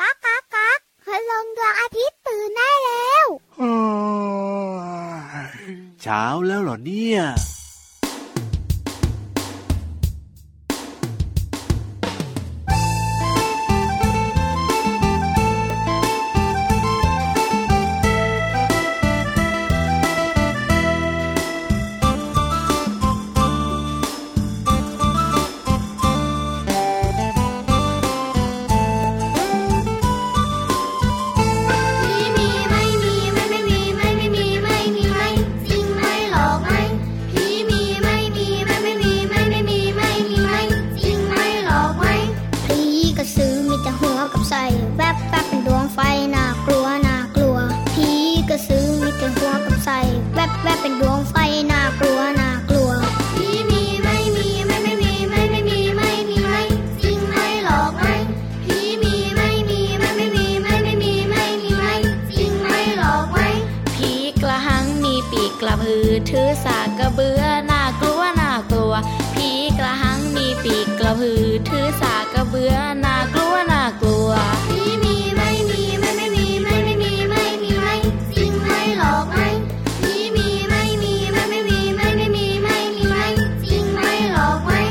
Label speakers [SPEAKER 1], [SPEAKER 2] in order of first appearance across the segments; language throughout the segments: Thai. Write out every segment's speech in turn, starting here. [SPEAKER 1] ก๊ากก๊ากก๊ากคืลงดวงอาทิตย์ตื่นได้แล้ว
[SPEAKER 2] เช้าแล้วเหรอเนี่ย
[SPEAKER 3] มีมีไม่มีไม่ไม่มีไม่ไม่มีไม่มีไม่จริงไม่หลอกไม่ผีมีไม่มีไม่ไม่มีไม่ไม่มีไม่มีไม่จริงไม่หลอกไม่
[SPEAKER 1] ผีกระสือมีแต่หัวกับไส้แวบแวบเป็นดวงไฟน่ากลัวน่ากลัวผีกระสือมีแต่หัวกับไส้แวบแวบเป็นดวงไฟน่ากลัวน่ากลัว
[SPEAKER 3] ผีมีไม่มีไม่ไม่มีไม่ไม่มีไม่มีไม่จริงไม่หลอกไม่ผีมีไม่มีไม่ไม่มีไม่ไม่มีไม่มีไม่จริงไม่หลอกไม่
[SPEAKER 4] ผีกระหังมีปีกกระพือถือสากกระเบือน่ากลัวน่ากลัวผีกระหังมีปีกกระพือถือสากกระเบือน่ากลัวน่ากลัว
[SPEAKER 3] ผีมีไม่มีไม่ไม่มีไม่ไม่มีไม่มีไม่จริงไม่หลอกไม่ผีมีไม่มีไม่ไม่มีไม่ไม่มีไม่มีไม่จริงไม่หลอกไม่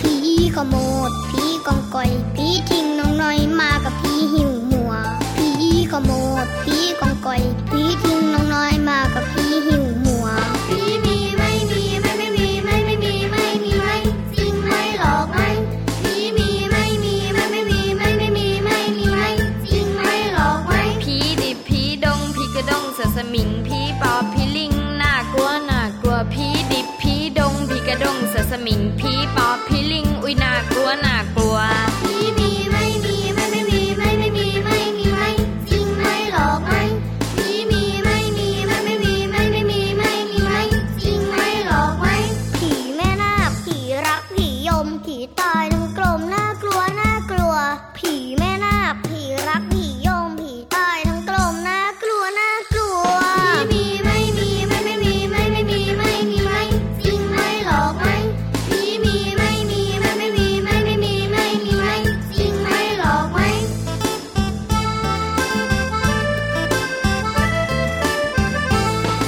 [SPEAKER 1] ผีขโมดผีกองก่อยผีทิ้งน้องน้อยมากับผีหิวหัวผีขโมดผีกองก่อยผีทิ้งน้องน้อยมากับผีหิวหัว
[SPEAKER 3] ผีมีไม่มีไม่ไม่มีไม่ไม่มีไม่มีไม่จริงไม่หลอกไม่ผีมีไม่มีไม่ไม่มีไม่ไม่มีไม่มีไม่จริงไม่หลอกไม่
[SPEAKER 4] ผีดิบผีดงผีกระดงเสือสมิงผีปอบผีลิงน่ากลัวน่ากลัวผีดิบผีดงผีกระดงเสือสมิงผีปอบผีลิงอุ้ยน่ากลัวน่ากลัว
[SPEAKER 3] ผีมีไม่มีไม่ไม่มีไม่ไม่มีไม่มีไม่จริงไม่หลอกไม่ผีมีไม่มีไม่ไม่มีไม่ไม่มีไม่มีไม่จริงไม่หลอกไม่
[SPEAKER 1] ผีแม่นาคผีรักผียมผีตายทั้งกลมน่ากลัวน่ากลัว ผีแม่นาคผีรักผียมผีตายทั้งกลมน่ากลัวน่ากลัว
[SPEAKER 3] ผีมีไม่มีไม่ไม่มีไม่ไม่มีไม่มีไม่จริงไม่หลอกไม่ผีมีไม่มีไม่ไม่มีไม่ไม่มีไม่มีไม่จริงไม่หลอกไม่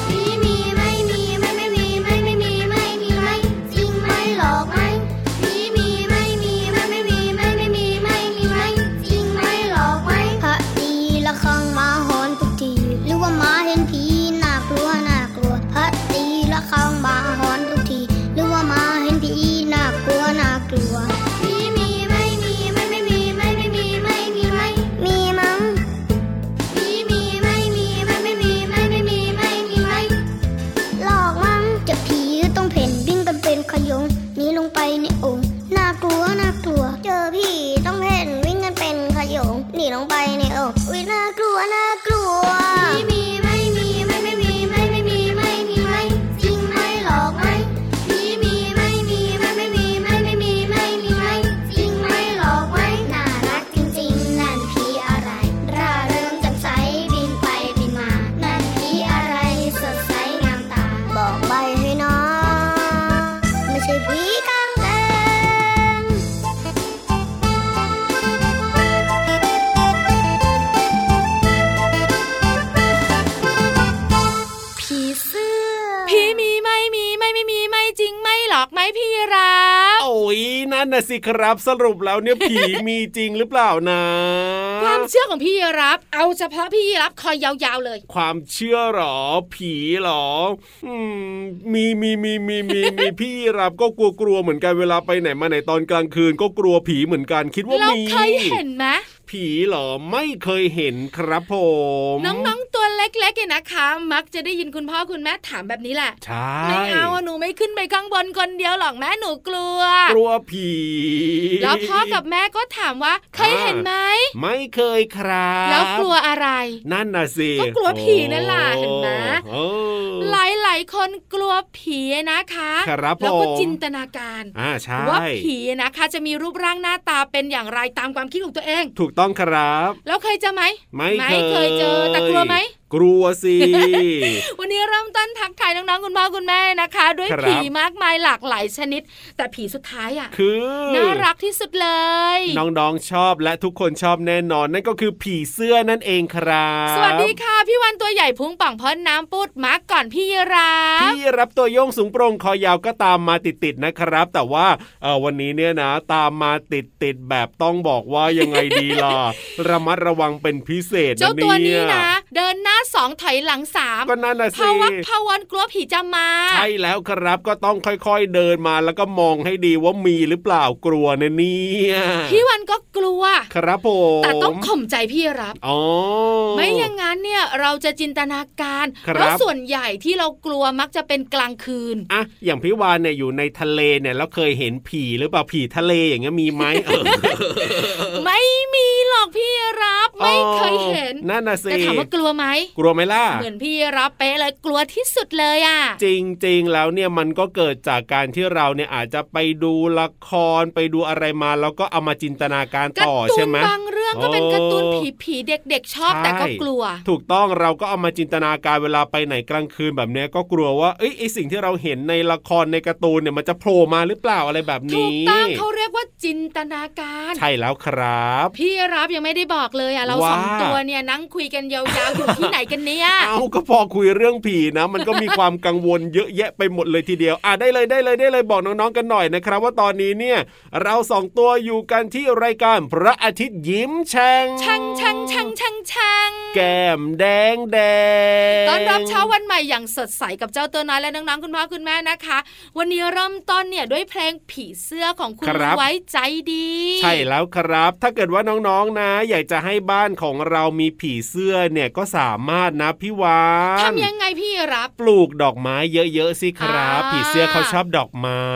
[SPEAKER 3] ผีมีไม่มีไม่ไม่มีไม่ไม่มีไม่มีไม่จริงไม่หลอกไม่ผีมีไม่มีไม่ไม่มีไม่ไม่มีไม่มีไม่จริงไม่หลอกไม่
[SPEAKER 1] พระดีละครั้งมาหอนทุกทีหรือว่าหมาเห็นผีน่ากลัวน่ากลัวพระดีละครั้งมาหอนทุกทีหรือว่าหมาเห็นผีน่ากลัวน่ากลัว
[SPEAKER 3] ผีมีไม่มีไม่ไม่มีไม่ไม่มีไม่มีไม่
[SPEAKER 1] มีมั้ง
[SPEAKER 3] ผีมีไม่มีไม่ไม่มีไม่ไม่มีไม่มีไม่
[SPEAKER 1] หลอกมั้งจะผีต้องเพ่นวิ่งกันเป็นขยงหนีลงไปในโองน่ากลัวน่ากลัว เจอผีต้องเพ่นวิ่งกันเป็นขยงหนีลงไปในโองอุ้ยน่ากลัวน่ากลัว
[SPEAKER 3] ผีมีไม่มีไม่ไม่มีไม่ไม่มีไม่มีไม่จริงไม่หลอกไม่ผีมีไม่มีไม่ไม่มีไม่ไม่มีไม่มีไม่จริงไม่หลอกไม่
[SPEAKER 1] น่ารักจริงๆ นั่นผีอะไร ร่าเริงแจำใสบินไปบินมา นั่นผีอะไรสดใสงามตา บอกใบให้นะไม่ใช่ผีกางเกงผีเสื้อ
[SPEAKER 5] พี่มีไม่มีไม่ไม่มีไม่จริงไม่หลอกไหมพี่รับ
[SPEAKER 6] โอ้ยนั่นนะสิครับสรุปแล้วเนี่ยผี มีจริงหรือเปล่านะ
[SPEAKER 5] ความเชื่อของพี่รับ เอาเฉพาะพี่รับคอยยาวๆเลย
[SPEAKER 6] ความเชื่อหรอ ผีหรออืมมีมีมีมีมีมี พี่รับก็กลัวกลัวๆเหมือนกันเวลาไปไหนมาไหนตอนกลางคืนก็กลัวผีเหมือนกันคิดว่า
[SPEAKER 5] เรา
[SPEAKER 6] มี
[SPEAKER 5] เคยเห็นไหม
[SPEAKER 6] ผีหรอไม่เคยเห็นครับผม
[SPEAKER 5] น้องๆตัวเล็กๆเนี่ยนะคะ มักจะได้ยินคุณพ่อคุณแม่ถามแบบนี้แหละ
[SPEAKER 6] ใช่
[SPEAKER 5] ไม่เอาอะหนูไม่ขึ้นไปข้างบนคนเดียวหรอกแม่หนูกลัว
[SPEAKER 6] กลัวผี
[SPEAKER 5] แล้วพ่อกับแม่ก็ถามว่าเคยเห็นไหม
[SPEAKER 6] ไม่เคยครับ
[SPEAKER 5] แล้วกลัวอะไร
[SPEAKER 6] นั่นน่ะสิ
[SPEAKER 5] ก็กลัวผีนั่นล่ะเห็นไหม
[SPEAKER 6] โอ้
[SPEAKER 5] หลายๆ คนกลัวผีนะคะ
[SPEAKER 6] ครับ
[SPEAKER 5] แล้วก็
[SPEAKER 6] ผม
[SPEAKER 5] จินตนาการ
[SPEAKER 6] อ่าใช่
[SPEAKER 5] ว่าผีนะคะจะมีรูปร่างหน้าตาเป็นอย่างไรตามความคิดของตัวเอง
[SPEAKER 6] ถูกต้องครับ
[SPEAKER 5] แล้วเคยเจอไหม
[SPEAKER 6] ไม่
[SPEAKER 5] เคยเจอแต่กลัวไหม
[SPEAKER 6] กลัว สิ
[SPEAKER 5] วันนี้เริ่มต้นทักทายน้องๆคุณพ่อคุณแม่นะคะ ด้วย
[SPEAKER 6] ครับ
[SPEAKER 5] ผีมากมายหลากหลายชนิด แต่ผีสุดท้ายอ่ะ
[SPEAKER 6] คือ
[SPEAKER 5] น่ารักที่สุดเลย
[SPEAKER 6] น้องๆชอบและทุกคนชอบแน่นอนนั่นก็คือผีเสื้อนั่นเองครับ
[SPEAKER 5] สวัสดีค่ะ พี่วันตัวใหญ่พุงป่องพ้นน้ำปูดมาก่อนพี่ยีราฟ
[SPEAKER 6] พี่รับตัวโยงสูงโปรงคอยาวก็ตามมาติดๆนะครับ แต่ว่าเออวันนี้เนี่ยนะ ตามมาติดๆแบบต้องบอกว่ายังไงดี ล่ะ ระมัดระวังเป็นพิเศษนะ
[SPEAKER 5] เจ้าตัวนี้
[SPEAKER 6] เนี่ย
[SPEAKER 5] นะ เดินหน้าสองถอยหลังสาม
[SPEAKER 6] ก็นั่นนะ
[SPEAKER 5] ภา
[SPEAKER 6] สิ
[SPEAKER 5] วักภาวันกลัวผีจะมา
[SPEAKER 6] ใช่แล้วครับก็ต้องค่อยๆเดินมาแล้วก็มองให้ดีว่ามีหรือเปล่ากลัวนะเนี่ย
[SPEAKER 5] พี่วันก็กลัว
[SPEAKER 6] ครับผม
[SPEAKER 5] แต่ต้องข่มใจพี่รับ
[SPEAKER 6] อ๋อ
[SPEAKER 5] ไม่อย่างนั้นเนี่ยเราจะจินตนาการ
[SPEAKER 6] ครับ
[SPEAKER 5] แล้วส่วนใหญ่ที่เรากลัวมักจะเป็นกลางคืน
[SPEAKER 6] อ่ะอย่างพี่วานเนี่ยอยู่ในทะเลเนี่ยแล้วเคยเห็นผีหรือเปล่าผีทะเลอย่างเงี้ยมีไหมเออ
[SPEAKER 5] ไม่มีหรอกพี่รับ ไม่เคยเห็น
[SPEAKER 6] นั่นนะสิ
[SPEAKER 5] แต่ถามว่ากลัวไหม
[SPEAKER 6] กลัวไหมล่ะ
[SPEAKER 5] เหมือนพี่รับเป๊ะเลยกลัวที่สุดเลยอ่ะ
[SPEAKER 6] จริงๆ แล้วเนี่ยมันก็เกิดจากการที่เราเนี่ยอาจจะไปดูละครไปดูอะไรมา แล้วก็เอามาจินตนาการ
[SPEAKER 5] การ์
[SPEAKER 6] ต่อ
[SPEAKER 5] ตู
[SPEAKER 6] ใช่
[SPEAKER 5] น
[SPEAKER 6] ไหม
[SPEAKER 5] บางเรื่องก็เป็น
[SPEAKER 6] โอ้
[SPEAKER 5] การ์ตูนผีผีๆเด็ก ๆ ชอบ
[SPEAKER 6] ใช่
[SPEAKER 5] แต่ก็กลัว
[SPEAKER 6] ถูกต้องเราก็เอามาจินตนาการเวลาไปไหนกลางคืนแบบเนี้ยก็กลัวว่าเอ้ยไอสิ่งที่เราเห็นในละครในการ์ตูนเนี่ยมันจะโผล่มาหรือเปล่าอะไรแบบ
[SPEAKER 5] ถู
[SPEAKER 6] นี้
[SPEAKER 5] กต้องเขาเรียกว่าจินตนาการ
[SPEAKER 6] ใช่แล้วครับ
[SPEAKER 5] พี่รับยังไม่ได้บอกเลยอ่ะเรา
[SPEAKER 6] ว่า
[SPEAKER 5] สองตัวเนี่ยนั่งคุยกันยาวๆอยู่ที่ไหนกันเนี่ย
[SPEAKER 6] เอาก็พอคุยเรื่องผีนะ มันก็มีความกังวลเยอะแยะไปหมดเลยทีเดียว อ่ะได้เลยได้เลยได้เลยบอกน้องๆกันหน่อยนะครับ ว่าตอนนี้เนี่ย เราสองตัวอยู่กันที่รายการพระอาทิตย์ยิ้มแฉ่ง
[SPEAKER 5] ชังชังชังชังชัง
[SPEAKER 6] แก้มแดงแดง
[SPEAKER 5] ตอนรับเช้าวันใหม่อย่างสดใสกับเจ้าตัวน้อยและน้องๆคุณพ่อคุณแม่นะคะ วันนี้เริ่มต้นเนี่ยด้วยเพลงผีเสื้อของคุณ
[SPEAKER 6] ครับ
[SPEAKER 5] ไว้ใจดี
[SPEAKER 6] ใช่แล้วครับ ถ้าเกิดว่าน้องๆนะ อยากจะให้บ้านของเรามีผีเสื้อเนี่ยก็สามารถนะพี่วาน
[SPEAKER 5] ทำยังไงพี่รับ
[SPEAKER 6] ปลูกดอกไม้เยอะๆสิครับ
[SPEAKER 5] อ่า
[SPEAKER 6] ผีเสื้อเขาชอบดอกไม้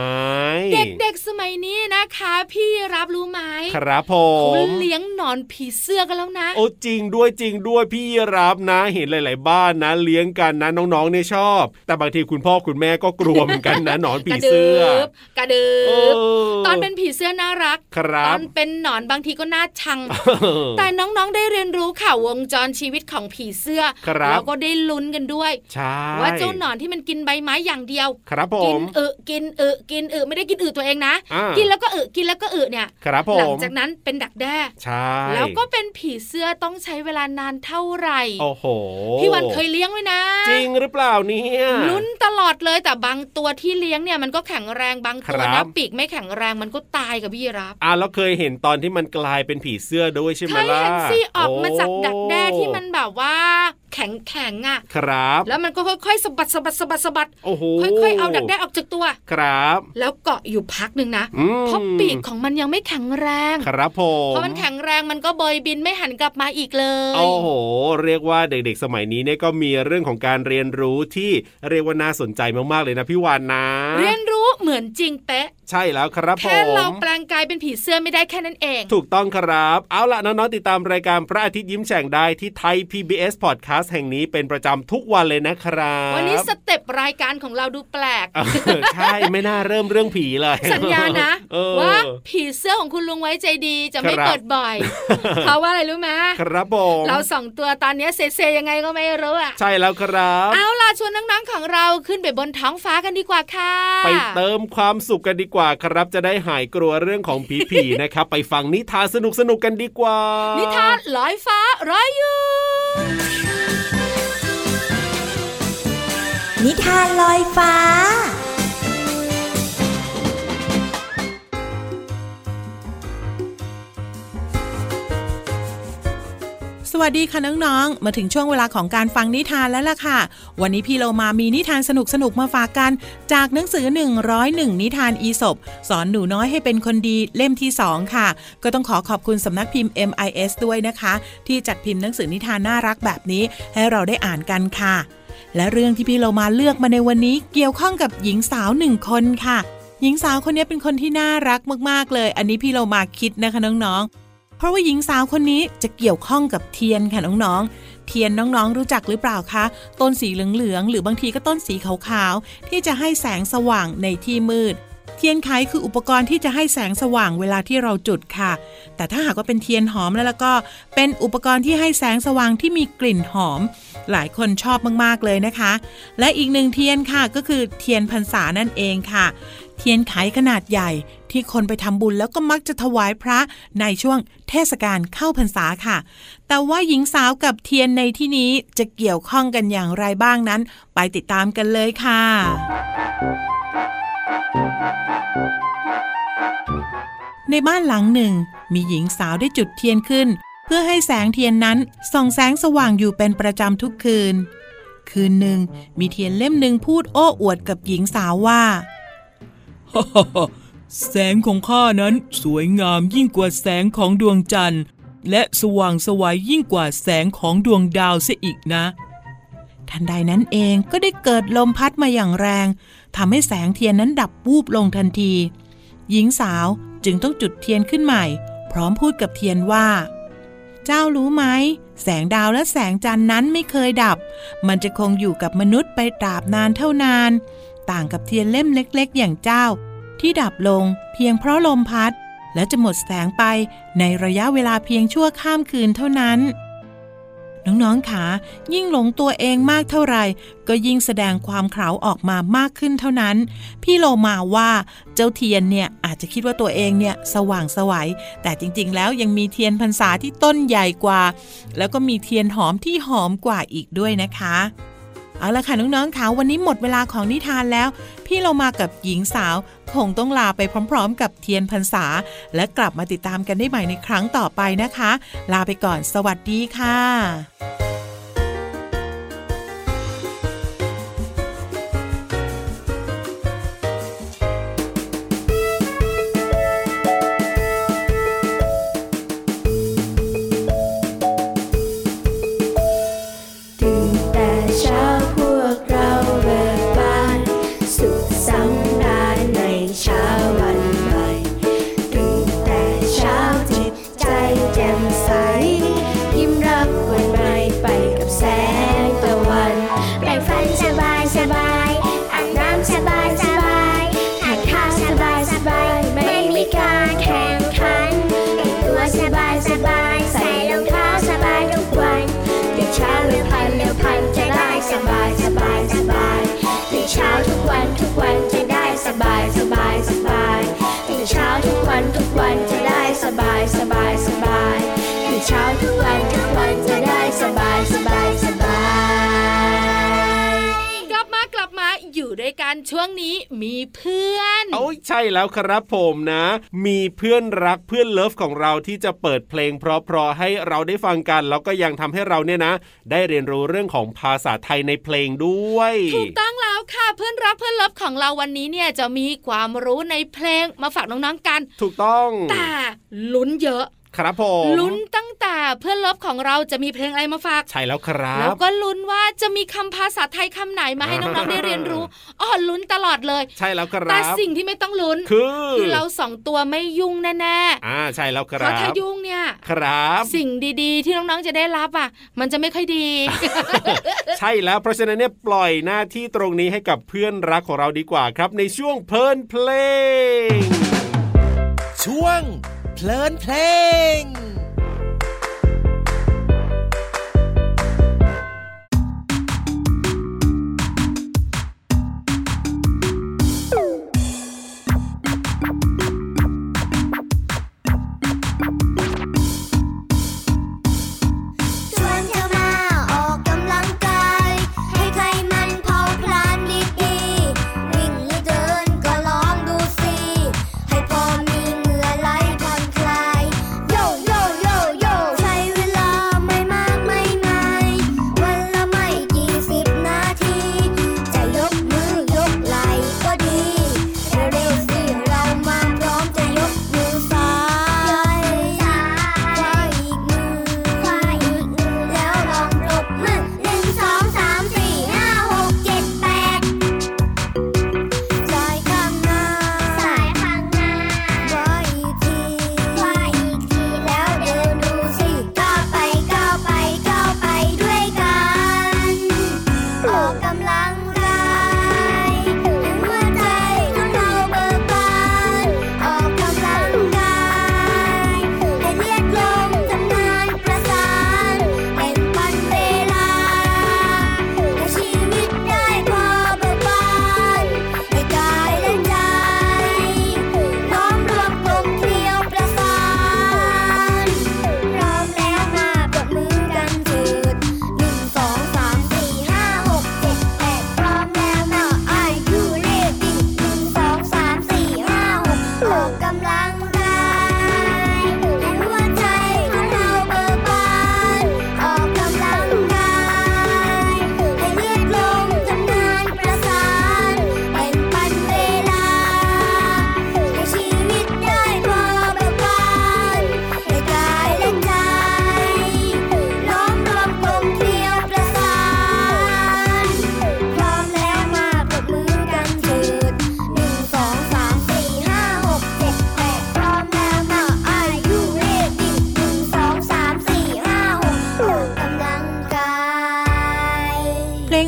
[SPEAKER 5] เด็กๆสมัยนี้นะคะ พี่รับรู้ไหม
[SPEAKER 6] ครับผ
[SPEAKER 5] เขา
[SPEAKER 6] ม
[SPEAKER 5] เลี้ยงหนอนผีเสื้อกันแล้วนะ
[SPEAKER 6] โอ้จริงด้วยจริงด้วยพี่รับนะ เห็นหลาย ๆ บ้านนะ เลี้ยงกันนะน้องๆเนี่ยชอบ แต่บางทีคุณพ่อคุณแม่ก็กลัวเหมือนกัน นะ หนอนผี
[SPEAKER 5] กระ
[SPEAKER 6] เสื้
[SPEAKER 5] ดึ
[SPEAKER 6] อบ
[SPEAKER 5] กระดึ
[SPEAKER 6] เอบ
[SPEAKER 5] ตอนเป็นผีเสื้อน่ารัก
[SPEAKER 6] ค
[SPEAKER 5] ต
[SPEAKER 6] รั
[SPEAKER 5] อบ นเป็นหนอนบางทีก็น่าชัง แต่น้องๆได้เรียนรู้ค่ะวงจรชีวิตของผีเสื้อ
[SPEAKER 6] ครับ
[SPEAKER 5] แล้วก็ได้ลุ้นกันด้วย
[SPEAKER 6] ใช่
[SPEAKER 5] ว่าเจ้าหนอนที่มันกินใบไม้อย่างเดียว
[SPEAKER 6] ครับผ
[SPEAKER 5] กิ
[SPEAKER 6] ม
[SPEAKER 5] อึกินอึกินอึไม่ได้กินอึตัวเองนะ
[SPEAKER 6] อ่ากิ
[SPEAKER 5] กินแล้วก็อึกินแล้วก็อึเนี่ย
[SPEAKER 6] ครับผ
[SPEAKER 5] หลั
[SPEAKER 6] ม
[SPEAKER 5] จากนั้นเป็นดักแด้
[SPEAKER 6] ใช่
[SPEAKER 5] แล้วก็เป็นผีเสื้อต้องใช้เวลานานเท่าไหร่
[SPEAKER 6] โอ้โห
[SPEAKER 5] พี่วันเคยเลี้ยงไว้นะ
[SPEAKER 6] จริงหรือเปล่าเนี่ย
[SPEAKER 5] ลุ้นตลอดเลยแต่บางตัวที่เลี้ยงเนี่ยมันก็แข็งแรงบางตัว
[SPEAKER 6] ครั
[SPEAKER 5] นะ
[SPEAKER 6] บ
[SPEAKER 5] ปีกไม่แข็งแรงมันก็ตายกับพี่รับ
[SPEAKER 6] อ่ะแล้วเคยเห็นตอนที่มันกลายเป็นผีเสื้อด้วยใช่ไหม
[SPEAKER 5] เคย
[SPEAKER 6] ล่ะ
[SPEAKER 5] เห็นสิออกมาจาก
[SPEAKER 6] โ
[SPEAKER 5] ดักแด้ที่มันแบบว่าแข็งแข็งๆอะ
[SPEAKER 6] ครับ
[SPEAKER 5] แล้วมันก็ค่อยๆสะบัดสะบัดสะบัดสะบัด
[SPEAKER 6] โอ้โห
[SPEAKER 5] ค่อยๆเอาดักแด้ออกจากตัว
[SPEAKER 6] ครับ
[SPEAKER 5] แล้วเกาะอยู่พักหนึ่งนะ
[SPEAKER 6] อืม
[SPEAKER 5] เพราะปีกของมันยังไม่แข็งแรง
[SPEAKER 6] ครับผม
[SPEAKER 5] เพราะมันแข็งแรงมันก็เบยบินไม่หันกลับมาอีกเลย
[SPEAKER 6] โอ้โห เรียกว่าเด็กๆ สมัยนี้เนี่ยก็มีเรื่องของการเรียนรู้ที่เรียกว่าน่าสนใจมากๆเลยนะพี่วานนะ
[SPEAKER 5] เรียนรู้เหมือนจริงเป๊ะ
[SPEAKER 6] ใช่แล้วครับผ
[SPEAKER 5] แค่เรา
[SPEAKER 6] ม
[SPEAKER 5] แปลงกายเป็นผีเสื้อไม่ได้แค่นั้นเอง
[SPEAKER 6] ถูกต้องครับ เอาล่ะ น้อง ๆ ติดตามรายการพระอาทิตย์ยิ้มแฉ่งได้ที่ไทย PBS Podcast แห่งนี้เป็นประจำทุกวันเลยนะครับ
[SPEAKER 5] วันนี้สเต็ปรายการของเราดูแปลก
[SPEAKER 6] เออ ใช่ ไม่น่าเริ่มเรื่องผีเลย
[SPEAKER 5] สัญญานะ
[SPEAKER 6] เออ
[SPEAKER 5] ว่าผีเสื้อของคุณลุงไว้ใจดีจะไม่
[SPEAKER 6] ครับ
[SPEAKER 5] เกิดบ่อย เพราะว่าอะไรรู้ไหม
[SPEAKER 6] ครับผม
[SPEAKER 5] เราสองตัวตอนเนี้ยเซเซยังไงก็ไม่รู้อ่ะ
[SPEAKER 6] ใช่แล้วครับ
[SPEAKER 5] เอาล่ะชวนน้องๆของเราขึ้นไปบนท้องฟ้ากันดีกว่าค่ะ
[SPEAKER 6] ไปเติมความสุขกันดีกว่าครับ จะได้หายกลัวเรื่องของผีผีๆ นะครับ ไปฟังนิทานสนุกสนุกๆกันดีกว่า
[SPEAKER 5] นิ
[SPEAKER 6] นิ
[SPEAKER 5] ทานลอยฟ้าร้อยอยู่
[SPEAKER 7] นิทานลอยฟ้า
[SPEAKER 8] สวัสดีค่ะน้องๆ มาถึงช่วงเวลาของการฟังนิทานแล้วล่ะค่ะ วันนี้พี่เรามามีนิทานสนุกๆ มาฝากกัน จากหนังสือ 101 นิทานอีสบสอนหนูน้อยให้เป็นคนดีเล่มที่ 2 ค่ะ ก็ต้องขอขอบคุณสำนักพิมพ์ MIS ด้วยนะคะ ที่จัดพิมพ์หนังสือนิทานน่ารักแบบนี้ให้เราได้อ่านกันค่ะ และเรื่องที่พี่เรามาเลือกมาในวันนี้เกี่ยวข้องกับหญิงสาวหนึ่งคนค่ะ หญิงสาวคนนี้เป็นคนที่น่ารักมากๆเลย อันนี้พี่เรามาคิดนะคะน้องๆ เพราะว่าหญิงสาวคนนี้จะเกี่ยวข้องกับเทียนค่ะน้องๆ เทียนน้องๆ รู้จักหรือเปล่าคะ ต้นสีเหลืองๆ หรือบางทีก็ต้นสีขาวๆ ที่จะให้แสงสว่างในที่มืด เทียนไขคืออุปกรณ์ที่จะให้แสงสว่างเวลาที่เราจุดค่ะ แต่ถ้าหากว่าเป็นเทียนหอมแล้วแล้วก็เป็นอุปกรณ์ที่ให้แสงสว่างที่มีกลิ่นหอม หลายคนชอบมากๆเลยนะคะ และอีกหนึ่งเทียนค่ะก็คือเทียนพรรษานั่นเองค่ะ เทียนไขขนาดใหญ่ ที่คนไปทำบุญแล้วก็มักจะถวายพระในช่วงเทศกาลเข้าพรรษาค่ะ แต่ว่าหญิงสาวกับเทียนในที่นี้จะเกี่ยวข้องกันอย่างไรบ้างนั้น ไปติดตามกันเลยค่ะ ในบ้านหลังหนึ่ง มีหญิงสาวได้จุดเทียนขึ้น เพื่อให้แสงเทียนนั้นส่องแสงสว่างอยู่เป็นประจำทุกคืน คืนหนึ่ง มีเทียนเล่มหนึ่งพูดโอ้อวดกับหญิงสาวว่า แสงของข้านั้นสวยงามยิ่งกว่าแสงของดวงจันทร์ และสว่างสวัยยิ่งกว่าแสงของดวงดาวเสียอีกนะ ทันใดนั้นเองก็ได้เกิดลมพัดมาอย่างแรงทำให้แสงเทียนนั้นดับวูบลงทันที หญิงสาวจึงต้องจุดเทียนขึ้นใหม่ พร้อมพูดกับเทียนว่า เจ้ารู้ไหม แสงดาวและแสงจันทร์นั้นไม่เคยดับ มันจะคงอยู่กับมนุษย์ไปตราบนานเท่านาน ต่างกับเทียนเล่มเล็กๆ อย่างเจ้า ที่ดับลงเพียงเพราะลมพัด และจะหมดแสงไปในระยะเวลาเพียงชั่วข้ามคืนเท่านั้น น้องๆขายิ่งหลงตัวเองมากเท่าไหร่ ก็ยิ่งแสดงความเขลาออกมามากขึ้นเท่านั้น พี่โลมาว่าเจ้าเทียนเนี่ยอาจจะคิดว่าตัวเองเนี่ยสว่างไสวัย แต่จริงๆ แล้วยังมีเทียนพรรษาที่ต้นใหญ่กว่า แล้วก็มีเทียนหอมที่หอมกว่าอีกด้วยนะคะ เอาละค่ะน้องๆคะวันนี้หมดเวลาของนิทานแล้ว พี่เรามากับหญิงสาว คงต้องลาไปพร้อมๆ กับเทียนพรรษา และกลับมาติดตามกันได้ใหม่ในครั้งต่อไปนะคะ ลาไปก่อนสวัสดีค่ะ
[SPEAKER 3] ตื่นแต่เช้าพวกเราเบิกบาน สุขสำราญในเช้าวันใหม่ตื่นแต่เช้าจิตใจแจ่มใส ยิ้มรับวันใหม่ไปกับแสงตะวัน
[SPEAKER 1] แปรงฟันสบายสบายอาบน้ำสบายสบายทานข้าวสบายสบายไม่มีการแข่งขันแต่งตัวสบายสบายใส่รองเท้าสบายทุกวัน
[SPEAKER 3] ตื่นเช้าเร็วพันเร็วพันจะได้สบายสบายสบายตื่นเช้าทุกวันทุกวันจะได้สบายสบายสบายตื่นเช้าทุกวันทุกวันจะได้สบายสบายสบายตื่นเช้าทุกวันทุกวันจะได้สบายสบายสบาย
[SPEAKER 5] กลับมากลับมาอยู่ด้วยกันช่วงนี้มีเพื่อน
[SPEAKER 6] โอ้ยใช่แล้วครับผมนะ มีเพื่อนรักเพื่อนเลิฟของเราที่จะเปิดเพลงเพราะๆให้เราได้ฟังกัน แล้วก็ยังทำให้เราเนี่ยนะ ได้เรียนรู้เรื่องของภาษาไทยในเพลงด้วย
[SPEAKER 5] ถูกต้องแล้วค่ะเพื่อนรักเพื่อนเลิฟของเราวันนี้เนี่ยจะมีความรู้ในเพลงมาฝากน้องๆกัน
[SPEAKER 6] ถูกต้อง
[SPEAKER 5] แต่ลุ้นเยอะ
[SPEAKER 6] ครับผม
[SPEAKER 5] ลุ้นตั้งแต่เพื่อนเลิฟของเราจะมีเพลงอะไรมาฝาก
[SPEAKER 6] ใช่แล้วครั
[SPEAKER 5] แล้ว
[SPEAKER 6] บ
[SPEAKER 5] ก็ลุ้นว่าจะมีคำภาษาไทยคำไหนมาให้น้องๆได้เรียนรู้อ๋อลุ้นตลอดเลย
[SPEAKER 6] ใช่แล้วค
[SPEAKER 5] แต่
[SPEAKER 6] รับ
[SPEAKER 5] สิ่งที่ไม่ต้องลุ้น
[SPEAKER 6] คือ
[SPEAKER 5] อเราสองตัวไม่ยุ่งแน่
[SPEAKER 6] อ่าใช่แล้วค
[SPEAKER 5] ๆเพ
[SPEAKER 6] รั
[SPEAKER 5] ราะถ้า
[SPEAKER 6] บ
[SPEAKER 5] ยุ่งเนี่ย
[SPEAKER 6] ครับ
[SPEAKER 5] สิ่งดีๆ ที่น้องๆจะได้รับอ่ะ มันจะไม่ค่อยดี
[SPEAKER 6] ใช่แล้วเพราะฉะนั้นเนี่ยปล่อยหน้าที่ตรงนี้ให้กับเพื่อนรักของเราดีกว่าครับ ในช่วงเพลินเพลง
[SPEAKER 2] ช่วง เพลินเพลง
[SPEAKER 1] ชวนเที่ยวหน้าออกกำลังกายให้ไขมันเผาผลาญดีๆวิ่งหรือเดินก็ลองดูสิให้พอมีเหงื่อไหลผ่อนคลายโยโยโย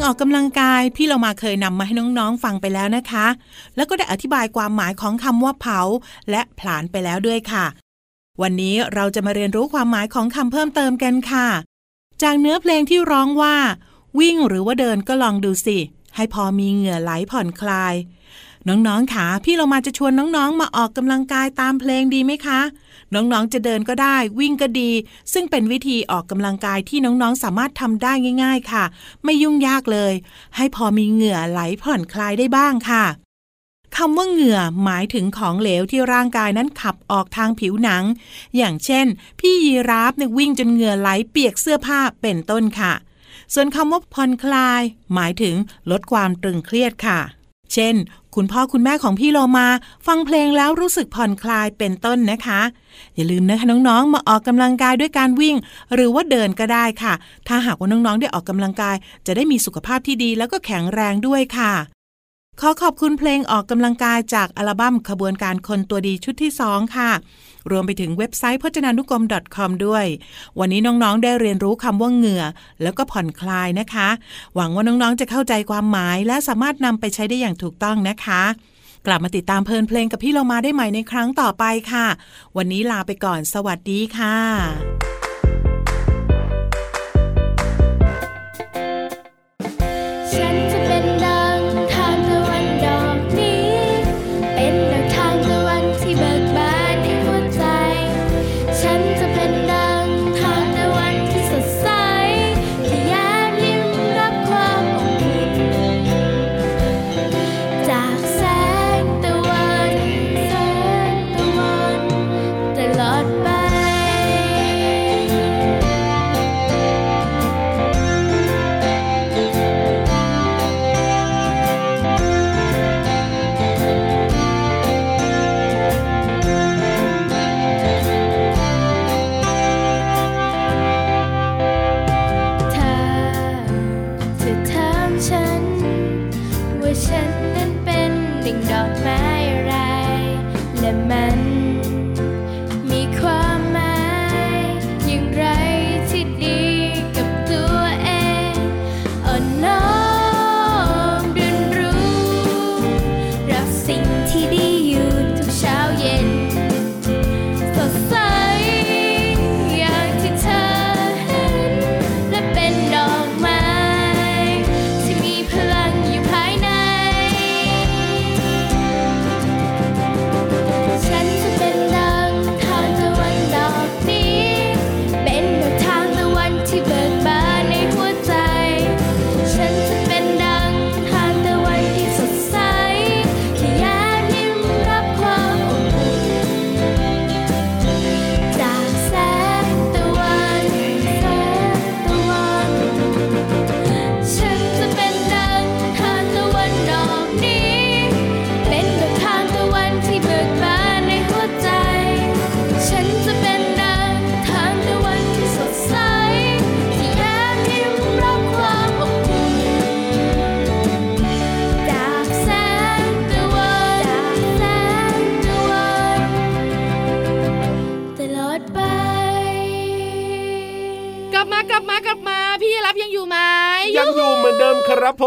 [SPEAKER 8] ออกกำลังกาย พี่เรามาเคยนำมาให้น้องๆฟังไปแล้วนะคะ แล้วก็ได้อธิบายความหมายของคำว่าเผา และผลาญไปแล้วด้วยค่ะ วันนี้เราจะมาเรียนรู้ความหมายของคำเพิ่มเติมกันค่ะ จากเนื้อเพลงที่ร้องว่า วิ่งหรือว่าเดินก็ลองดูสิ ให้พอมีเหงื่อไหลผ่อนคลาย น้องๆค่ะพี่เรามาจะชวนน้องๆ มาออกกำลังกายตามเพลงดีไหมคะ น้องๆ จะเดินก็ได้ วิ่งก็ดี ซึ่งเป็นวิธีออกกำลังกายที่น้องๆ สามารถทำได้ง่าย ๆ ค่ะ ไม่ยุ่งยากเลย ให้พอมีเหงื่อไหลผ่อนคลายได้บ้างค่ะคำว่าเหงื่อหมายถึงของเหลวที่ร่างกายนั้นขับออกทางผิวหนัง อย่างเช่น พี่ยีราฟเนี่ยวิ่งจนเหงื่อไหลเปียกเสื้อผ้าเป็นต้นค่ะ ส่วนคำว่าผ่อนคลาย หมายถึงลดความตรึงเครียดค่ะ เช่น คุณพ่อคุณแม่ของพี่โลมา ฟังเพลงแล้วรู้สึกผ่อนคลายเป็นต้นนะคะ อย่าลืมนะคะน้องๆ มาออกกำลังกายด้วยการวิ่ง หรือว่าเดินก็ได้ค่ะ ถ้าหากว่าน้องๆ ได้ออกกำลังกาย จะได้มีสุขภาพที่ดีแล้วก็แข็งแรงด้วยค่ะ ขอขอบคุณเพลงออกกำลังกายจากอัลบั้มขบวนการคนตัวดีชุดที่ 2 ค่ะ รวมไปถึงเว็บไซต์พจนานุกรม .com ด้วย วันนี้น้องๆ ได้เรียนรู้คำว่าเหงื่อ แล้วก็ผ่อนคลายนะคะ หวังว่าน้องๆ จะเข้าใจความหมาย และสามารถนำไปใช้ได้อย่างถูกต้องนะคะ กลับมาติดตามเพลินเพลงกับพี่เรามาได้ใหม่ในครั้งต่อไปค่ะ วันนี้ลาไปก่อน สวัสดีค่ะ
[SPEAKER 3] ฉันจะเป็นดังทานตะวันดอกนี้ เป็นดังทานตะวันที่เบิกบานในหัวใจ ฉันจะเป็นดังทานตะวันที่สดใสที่แย้มยิ้มรับความอบอุ่นจากแสงตะวันแสงตะวันตลอดไป เธอจะถามฉัน ว่าฉันนั้นเป็นดังดอกไม้อะไร และมันมีความหมายอย่างไรที่ดีกับตัวเองอ่อนน้อมเรียนรู้ รับสิ่งที่ดีอยู่ทุกเช้าเย็น สดใสอย่างที่เธอเห็น และเป็นดอกไม้ที่มีพลังอยู่ภายใน ฉันจะเป็นดังทางตะวันดอกนี้ เป็นดอกทางตะวันที่เบิกบานในหัวใจ ฉันจะเป็นดังทางตะวันที่สดใสที่แย้มยิ้มรับความอบอุ่น จากแสงตะวันแสงตะวัน ฉันจะเป็นดังทานตะวันดอกนี้ เป็นดังทานตะวันที่เบิกบานในหัวใจ ฉันจะเป็นดังทานตะวันที่สดใส ที่แย้มยิ้มรับความอบอุ่น จากแสงตะวันจากแสงตะวัน ตลอดไป
[SPEAKER 5] กลับมากลับมากลับมาพี่รับยังอยู่ไหม
[SPEAKER 6] ยังอยู่เหมือนเดิมครับผ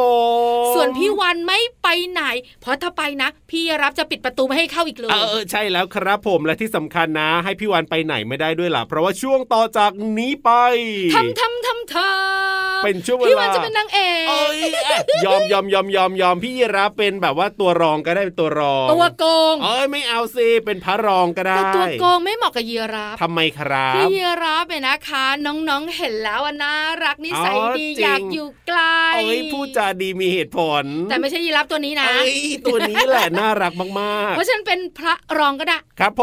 [SPEAKER 6] ม
[SPEAKER 5] ส่วนพี่วันไม่ไปไหน เพราะถ้าไปนะ พี่รับจะปิดประตูไม่ให้เข้าอีกเลย
[SPEAKER 6] เออเออใช่แล้วครับผมและที่สำคัญนะ ให้พี่วันไปไหนไม่ได้ด้วยล่ะ เพราะว่าช่วงต่อจากนี้ไป
[SPEAKER 5] ทำทำทำทำ
[SPEAKER 6] เป็นช่วงเวลา
[SPEAKER 5] พี่วันจะเป็นนางเอก
[SPEAKER 6] เอ้ยอ่ะยอม ยอมยอมยอมยอมพี่ยีรับเป็นแบบว่าตัวรองก็ได้เป็นตัวรอง
[SPEAKER 5] ตัวโกง
[SPEAKER 6] เอ้ยไม่เอาสิเป็นพระรองก็ได้
[SPEAKER 5] แต่ตัวโกงไม่เหมาะกับยีราฟ
[SPEAKER 6] ทำไมครับ
[SPEAKER 5] พี่ยีราฟเนี่ยนะคะ น้องๆเห็นแล้วอะน่ารักนิสัย
[SPEAKER 6] อ๋อ
[SPEAKER 5] ดี
[SPEAKER 6] จริง
[SPEAKER 5] อยากอยู่ไกล
[SPEAKER 6] เอ้ยพูดจาดีมีเหตุผล
[SPEAKER 5] แต่ไม่ใช่ยีราฟตัวนี้นะ
[SPEAKER 6] เอ้ยตัวนี้แหละน่ารักมาก
[SPEAKER 5] เพราะฉันเป็นพระรองก็ได้
[SPEAKER 6] ๆ ครับผ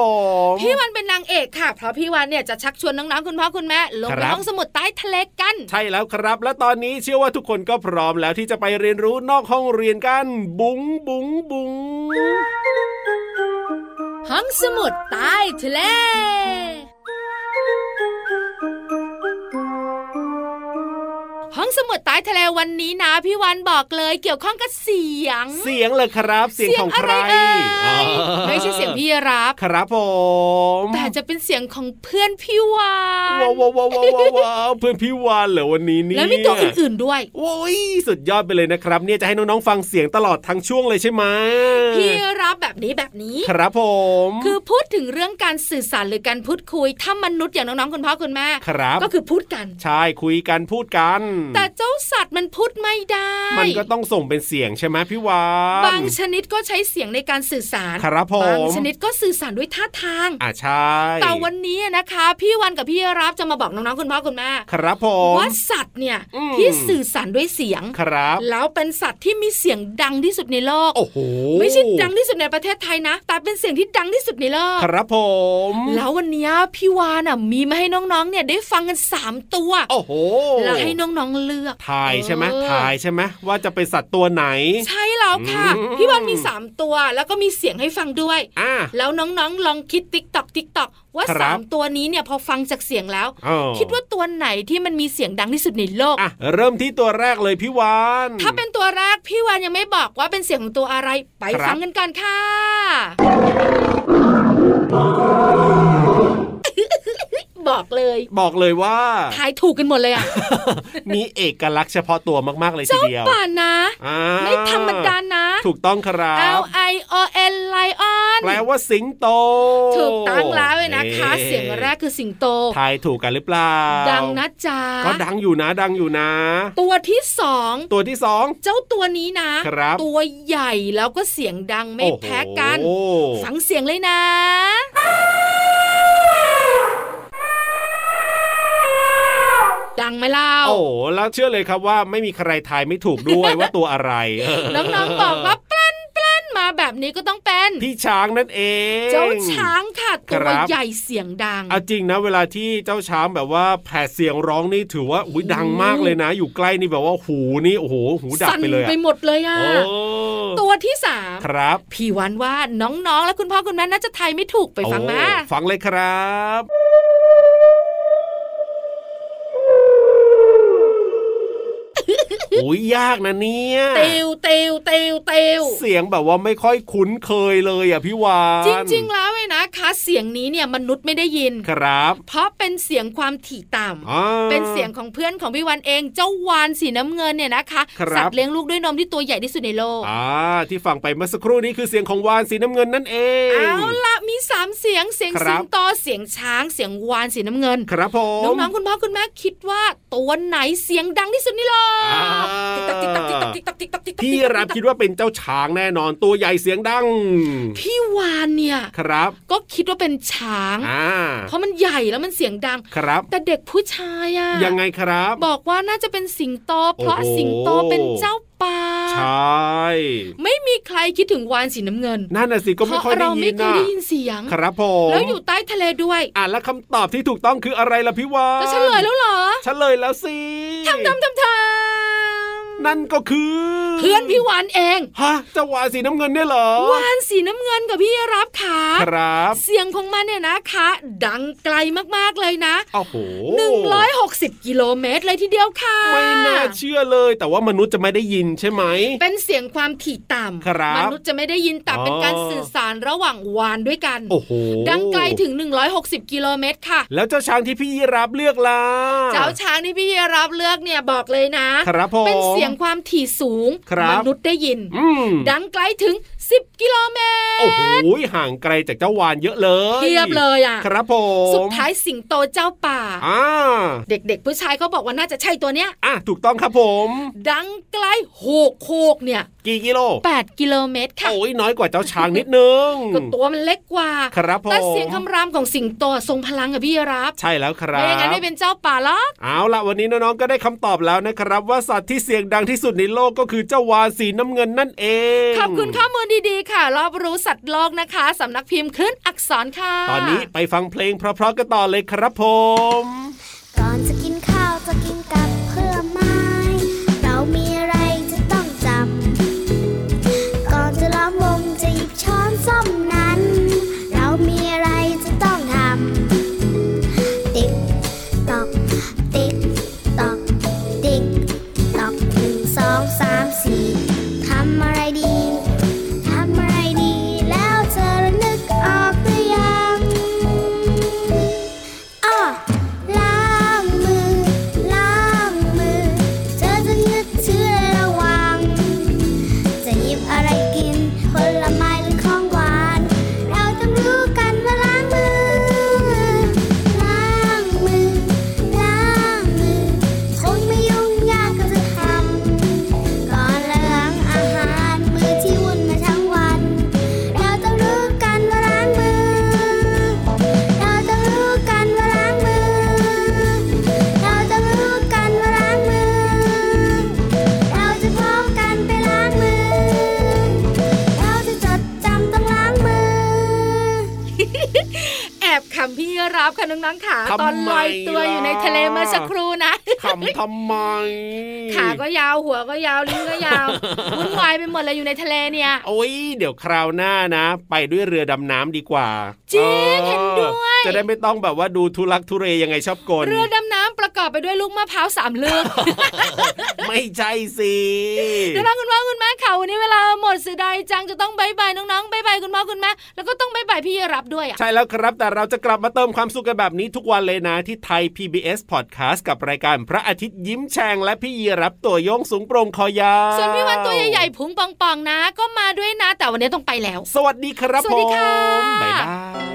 [SPEAKER 6] ม
[SPEAKER 5] พี่วันเป็นนางเอกค่ะ เพราะพี่วันเนี่ยจะชักชวนน้องๆคุณพ่อคุณแม่ลงไปห้องสมุดใต้ทะเลกัน
[SPEAKER 6] ใช่แล้วครับ และตอนนี้เชื่อว่าทุกคนก็พร้อมแล้วที่จะไปเรียนรู้นอกห้องเรียนกัน บุ๋งบุ๋งบุ๋ง
[SPEAKER 5] ห้องสมุดใต้ทะเล ห้อง องสมุดใต้ทะเลวันนี้นะพี่วันบอกเลยเกี่ยวข้องกับเสียง
[SPEAKER 6] เสียงเลยครับ เสียงของใค
[SPEAKER 5] เสี
[SPEAKER 6] ร
[SPEAKER 5] ยงอะไร
[SPEAKER 6] อ๋อ
[SPEAKER 5] เอ่ยไม่ใช่เสียงพี่รับ
[SPEAKER 6] ครับผม
[SPEAKER 5] แต่จะเป็นเสียงของเพื่อนพี่วา
[SPEAKER 6] ว้าน วว้าวว้าวว้าวว้ าวเพื่อนพี่วานเหรอวันนี้เนี่ย
[SPEAKER 5] แล้วมีตัวอื่นๆด้วย
[SPEAKER 6] โอ้ยสุดยอดไปเลยนะครับ เนี่ยจะให้น้องๆฟังเสียงตลอดทั้งช่วงเลยใช่ไหม
[SPEAKER 5] พี่รับแบบนี้แบบนี้
[SPEAKER 6] ครับผม
[SPEAKER 5] คือพูดถึงเรื่องการสื่อสารหรือการพูดคุยถ้ามนุษย์อย่างน้องๆคุณพ่อคุณแม่
[SPEAKER 6] ครับ
[SPEAKER 5] ก็คือพูดกัน
[SPEAKER 6] ใช่คุยกันพูดกัน
[SPEAKER 5] แต่เจ้าสัตว์มันพูดไม่ได้
[SPEAKER 6] มันก็ต้องส่งเป็นเสียงใช่ไหมพี่วาน
[SPEAKER 5] บางชนิดก็ใช้เสียงในการสื่อสาร
[SPEAKER 6] ครับผม
[SPEAKER 5] บางชนิดก็สื่อสารด้วยท่าทาง
[SPEAKER 6] อ่ะใช่
[SPEAKER 5] แต่วันนี้นะคะ พี่วันกับพี่รับจะมาบอกน้องๆคุณพ่อคุณแม่
[SPEAKER 6] ครับผม
[SPEAKER 5] ว่าสัตว์เนี่ย
[SPEAKER 6] อืม
[SPEAKER 5] ที่สื่อสารด้วยเสียง
[SPEAKER 6] ครับ
[SPEAKER 5] แล้วเป็นสัตว์ที่มีเสียงดังที่สุดในโลก
[SPEAKER 6] โอ้โห
[SPEAKER 5] ไม่ใช่ดังที่สุดในประเทศไทยนะ แต่เป็นเสียงที่ดังที่สุดในโลก
[SPEAKER 6] ครับผม
[SPEAKER 5] แล้ววันนี้พี่วานอ่ะมีมาให้น้องๆเนี่ยได้ฟังกันสามตัว
[SPEAKER 6] โอ้โห
[SPEAKER 5] แล้วให้น้องๆเลือก
[SPEAKER 6] ถ่ายใช่ไหม
[SPEAKER 5] เออ
[SPEAKER 6] ถ่ายใช่ไหมว่าจะเป็นสัตว์ตัวไหน
[SPEAKER 5] ใช่แล้วค่ะ
[SPEAKER 6] อืม
[SPEAKER 5] พี่วานมีสามตัว แล้วก็มีเสียงให้ฟังด้วย
[SPEAKER 6] อ่ะ
[SPEAKER 5] แล้วน้องๆ ลองคิดติ๊กตอกติ๊กตอกว่า
[SPEAKER 6] ครับ
[SPEAKER 5] สามตัวนี้เนี่ยพอฟังจากเสียงแล้ว
[SPEAKER 6] เออ
[SPEAKER 5] คิดว่าตัวไหนที่มันมีเสียงดังที่สุดในโลก
[SPEAKER 6] อ่ะเริ่มที่ตัวแรกเลยพี่วาน
[SPEAKER 5] ถ้าเป็นตัวแรกพี่วานยังไม่บอกว่าเป็นเสียงของตัวอะไรไป
[SPEAKER 6] ครับ
[SPEAKER 5] ฟังกันก่อนค่ะ บอกเลย
[SPEAKER 6] บอกเลยว่า
[SPEAKER 5] ทายถูกกันหมดเลยอ่ะ
[SPEAKER 6] มีเอกลักษณ์เฉพาะตัวมากๆเลยที
[SPEAKER 5] เจ้า
[SPEAKER 6] เดียว
[SPEAKER 5] ป่านะ
[SPEAKER 6] อ่า
[SPEAKER 5] ไม่ธรรมดานะ
[SPEAKER 6] ถูกต้องครับ
[SPEAKER 5] L I O N Lion
[SPEAKER 6] แปลว่าสิงโต
[SPEAKER 5] ถูกตั้งแล้วเลยนะคะ
[SPEAKER 6] อ๊
[SPEAKER 5] เสียงแรกคือสิงโต
[SPEAKER 6] ทายถูกกันหรือเปล่า
[SPEAKER 5] ดังนะจ๊ะ
[SPEAKER 6] ก็ดังอยู่นะดังอยู่นะ
[SPEAKER 5] ตัวที่สอง
[SPEAKER 6] ตัวที่สอง
[SPEAKER 5] เจ้าตัวนี้นะ
[SPEAKER 6] ครับ
[SPEAKER 5] ตัวใหญ่แล้วก็เสียงดังไม่แพ้กัน
[SPEAKER 6] โอ้โห
[SPEAKER 5] ฟังเสียงเลยนะ ดังไหมเล่า
[SPEAKER 6] โอ้โหแล้วเชื่อเลยครับว่าไม่มีใครทายไม่ถูกด้วยว่าตัวอะไรเออ
[SPEAKER 5] น้องๆบอกว่าปลั้นปลั้นมาแบบนี้ก็ต้องเป็น
[SPEAKER 6] พี่ช้างนั่นเอง
[SPEAKER 5] เจ้าช้างค่ะ
[SPEAKER 6] ค
[SPEAKER 5] ตัว
[SPEAKER 6] รับ
[SPEAKER 5] ใหญ่เสียงดัง
[SPEAKER 6] เอาจริงนะเวลาที่เจ้าช้างแบบว่าแผ่เสียงร้องนี่ถือว่าอุยดังมากเลยนะ อยู่ใกล้นี่แบบว่าหูนี่โอ้โหหูดับ
[SPEAKER 5] สั่น
[SPEAKER 6] ไปเลย
[SPEAKER 5] ไป
[SPEAKER 6] อะ
[SPEAKER 5] หมดเลยอ่ะ
[SPEAKER 6] โอ้
[SPEAKER 5] ตัวที่สาม
[SPEAKER 6] ครับ
[SPEAKER 5] พี่วันว่าน้องๆ และคุณพ่อคุณแม่น่าจะทายไม่ถูกไปฟังมา
[SPEAKER 6] โอ้ฟังเลยครับ โอ้ยยากนะเนี่ย
[SPEAKER 5] เตวเตวเตวเตว
[SPEAKER 6] เสียงแบบว่าไม่ค่อยคุ้นเคยเลยอ่ะพี่วาน
[SPEAKER 5] จริงๆ แล้วเว้ยนะคะเสียงนี้เนี่ยมนุษย์ไม่ได้ยิน
[SPEAKER 6] ครับ
[SPEAKER 5] เพราะเป็นเสียงความถี่ต่ำ
[SPEAKER 6] อ่า
[SPEAKER 5] เป็นเสียงของเพื่อนของพี่วันเองเจ้าวานสีน้ำเงินเนี่ยนะคะ
[SPEAKER 6] ครับ
[SPEAKER 5] สัตว์เลี้ยงลูกด้วยนมที่ตัวใหญ่ที่สุดในโลก
[SPEAKER 6] อ่าที่ฟังไปเมื่อสักครู่นี้คือเสียงของวานสีน้ำเงินนั่นเอง
[SPEAKER 5] เอาละมีสามเสียงเสียง
[SPEAKER 6] ค
[SPEAKER 5] สิ
[SPEAKER 6] รั
[SPEAKER 5] ง
[SPEAKER 6] บ
[SPEAKER 5] โตเสียงช้างเสียงวานสีน้ำเงิน
[SPEAKER 6] ครับผม
[SPEAKER 5] น้องๆคุณพ่อคุณแม่คิดว่าตัวไหนเสียงดังที่สุดในโลก
[SPEAKER 6] อ่า
[SPEAKER 5] ติ๊กตักติ๊กตักติ๊กตักติ๊กตักติ๊กตักติ๊กตัก
[SPEAKER 6] พี่รับคิดว่าเป็นเจ้าช้างแน่นอนตัวใหญ่เสียงดัง
[SPEAKER 5] พี่วานเนี่ย
[SPEAKER 6] ครับ
[SPEAKER 5] ก็คิดว่าเป็นช้าง
[SPEAKER 6] อ่า
[SPEAKER 5] เพราะมันใหญ่แล้วมันเสียงดัง
[SPEAKER 6] ครับ
[SPEAKER 5] แต่เด็กผู้ชายอะ
[SPEAKER 6] ยังไงครับ
[SPEAKER 5] บอกว่าน่าจะเป็นสิงโต เพราะ
[SPEAKER 6] โอ้โห
[SPEAKER 5] สิงโตเป็นเจ้าป่า
[SPEAKER 6] ใช่
[SPEAKER 5] ไม่มีใครคิดถึงวานสีน้ำเงิน
[SPEAKER 6] นั่นน่ะสิก็
[SPEAKER 5] เพ
[SPEAKER 6] ไม่
[SPEAKER 5] ราะ
[SPEAKER 6] ค่อยได้
[SPEAKER 5] เรา
[SPEAKER 6] ยิ
[SPEAKER 5] ไม่
[SPEAKER 6] น
[SPEAKER 5] เคย
[SPEAKER 6] นะ
[SPEAKER 5] ได้ยินเสียง
[SPEAKER 6] ครับผม
[SPEAKER 5] แล้วอยู่ใต้ทะเลด้วย
[SPEAKER 6] อ่ะแล้วคำตอบที่ถูกต้องคืออะไรล่ะพี่วาน
[SPEAKER 5] จะเฉลยแล้วเหรอ
[SPEAKER 6] เฉลยแล้วสิ
[SPEAKER 5] ทำทำทำท
[SPEAKER 6] นั่นก็คือ
[SPEAKER 5] ำเพื่อนพี่วานเอง
[SPEAKER 6] ฮะเจ้าวานสีน้ำเงินเนี่ยเหรอ
[SPEAKER 5] วานสีน้ำเงินกับพี่รับขา
[SPEAKER 6] ครับ
[SPEAKER 5] เสียงของมันเนี่ยนะคะ ดังไกลมากๆเลยนะ
[SPEAKER 6] โอ้โห
[SPEAKER 5] 160 กิโลเมตรเลยทีเดียวค่ะ
[SPEAKER 6] ไม่น่าเชื่อเลย แต่ว่ามนุษย์จะไม่ได้ยินใช่ไหม
[SPEAKER 5] เป็นเสียงความถี่ต่
[SPEAKER 6] ครั
[SPEAKER 5] ำ
[SPEAKER 6] บ
[SPEAKER 5] มนุษย์จะไม่ได้ยินแต่เป็นการสื่อสารระหว่างวานด้วยกัน
[SPEAKER 6] โอ้โห
[SPEAKER 5] ดังไกลถึง 160 กิโลเมตรค่ะ
[SPEAKER 6] แล้วเจ้าช้างที่พี่ยีรับเลือกล่ะ
[SPEAKER 5] เจ้าช้างที่พี่รับเลือกเนี่ยบอกเลยนะ
[SPEAKER 6] ครับผม
[SPEAKER 5] เป็นเสียงความถี่สูง
[SPEAKER 6] ครับ
[SPEAKER 5] มนุษย์ได้ยิน
[SPEAKER 6] อืม
[SPEAKER 5] ดังไกลถึง 10 กิโลเมตร
[SPEAKER 6] โอ้โหห่างไกลจากเจ้าวานเยอะเลย
[SPEAKER 5] เทียบเลยอ่ะ
[SPEAKER 6] ครับผม
[SPEAKER 5] สุดท้ายสิงโตเจ้าป่า
[SPEAKER 6] อ่า
[SPEAKER 5] เด็กๆ ผู้ชายเขาบอกว่าน่าจะใช่ตัวเนี้ย
[SPEAKER 6] อ่ะถูกต้องครับผม
[SPEAKER 5] ดังไกลโหกโคกเนี่ย
[SPEAKER 6] กี่กิโล
[SPEAKER 5] 8กิโลเมตรค่ะ
[SPEAKER 6] โอ้ยน้อยกว่าเจ้าช้างนิดนึง
[SPEAKER 5] ก็ตัวมันเล็กกว่า
[SPEAKER 6] ครับผม
[SPEAKER 5] แต่เสียงคำรามของสิงโตทรงพลังอะพี่รับ
[SPEAKER 6] ใช่แล้วครั
[SPEAKER 5] ไม่
[SPEAKER 6] บ
[SPEAKER 5] อย่างนั้นไม่เป็นเจ้าป่าหรอก
[SPEAKER 6] เอาละวันนี้น้องๆก็ได้คำตอบแล้วนะครับ ว่าสัตว์ที่เสียงดังที่สุดในโลกก็คือเจ้าวานสีน้ำเงินนั่นเอง
[SPEAKER 5] ขอบคุณข้อมูลดีๆ ค่ะ รอบรู้สัตว์โลกนะคะ สำนักพิมพ์คลื่นอักษรค่ะ
[SPEAKER 6] ตอนนี้ไปฟังเพลงเพราะๆกันต่อเลยครับผม
[SPEAKER 1] ก่อนจะกินข้าวจะกินกับเพื่อไม้ เรามีอะไรจะต้องจำ ก่อนจะล้อมวงจะหยิบช้อนส้อมนั้น เรามีอะไรจะต้องทำ ติ๊กตอก ติ๊กตอก ติ๊ก
[SPEAKER 5] ครับค่ะน้องๆขา
[SPEAKER 6] ทำไม
[SPEAKER 5] ตอนลอยตัวอยู่ในทะเลเมื่อสักครู่นะ
[SPEAKER 6] ขำทำไม
[SPEAKER 5] ขาก็ยาวหัวก็ยาวลิ้นก็ยาววุ่นวายไปหมดเลยอยู่ในทะเลเนี่ย
[SPEAKER 6] โอ้ยเดี๋ยวคราวหน้านะ ไปด้วยเรือดำน้ำดีกว่า
[SPEAKER 5] จริง
[SPEAKER 6] ออ
[SPEAKER 5] เห็นด้วย
[SPEAKER 6] จะได้ไม่ต้องแบบว่าดูทุลักทุเรยังไงชอบกล
[SPEAKER 5] เรือดำน้ำประกอบไปด้วยลูกมะพร้าวสามลูก
[SPEAKER 6] ไม่ใช่สิ
[SPEAKER 5] น้องๆคุณพ่อคุณแม่ค่ะวันนี้เวลาหมดเสียดายจังจะต้องบายบายน้องๆบายบายคุณพ่อคุณแม่แล้วก็ต้องบายบายพี่รับด้วยอ่ะ
[SPEAKER 6] ใช่แล้วครับแต่เราจะกลับมาเติมความสุขกันแบบนี้ทุกวันเลยนะ ที่ไทย PBS Podcast กับรายการพระอาทิตย์ยิ้มแฉ่งและพี่ยีรับตัวโยงสูงโปรงคอยาว
[SPEAKER 5] ส่วนพี่วันตัวใหญ่ๆพุงปองๆนะ ก็มาด้วยนะ แต่วันนี้ต้องไปแล้ว
[SPEAKER 6] สวัสดีครับ
[SPEAKER 5] สวัสดีค่ะ
[SPEAKER 6] ผมบ๊ายบาย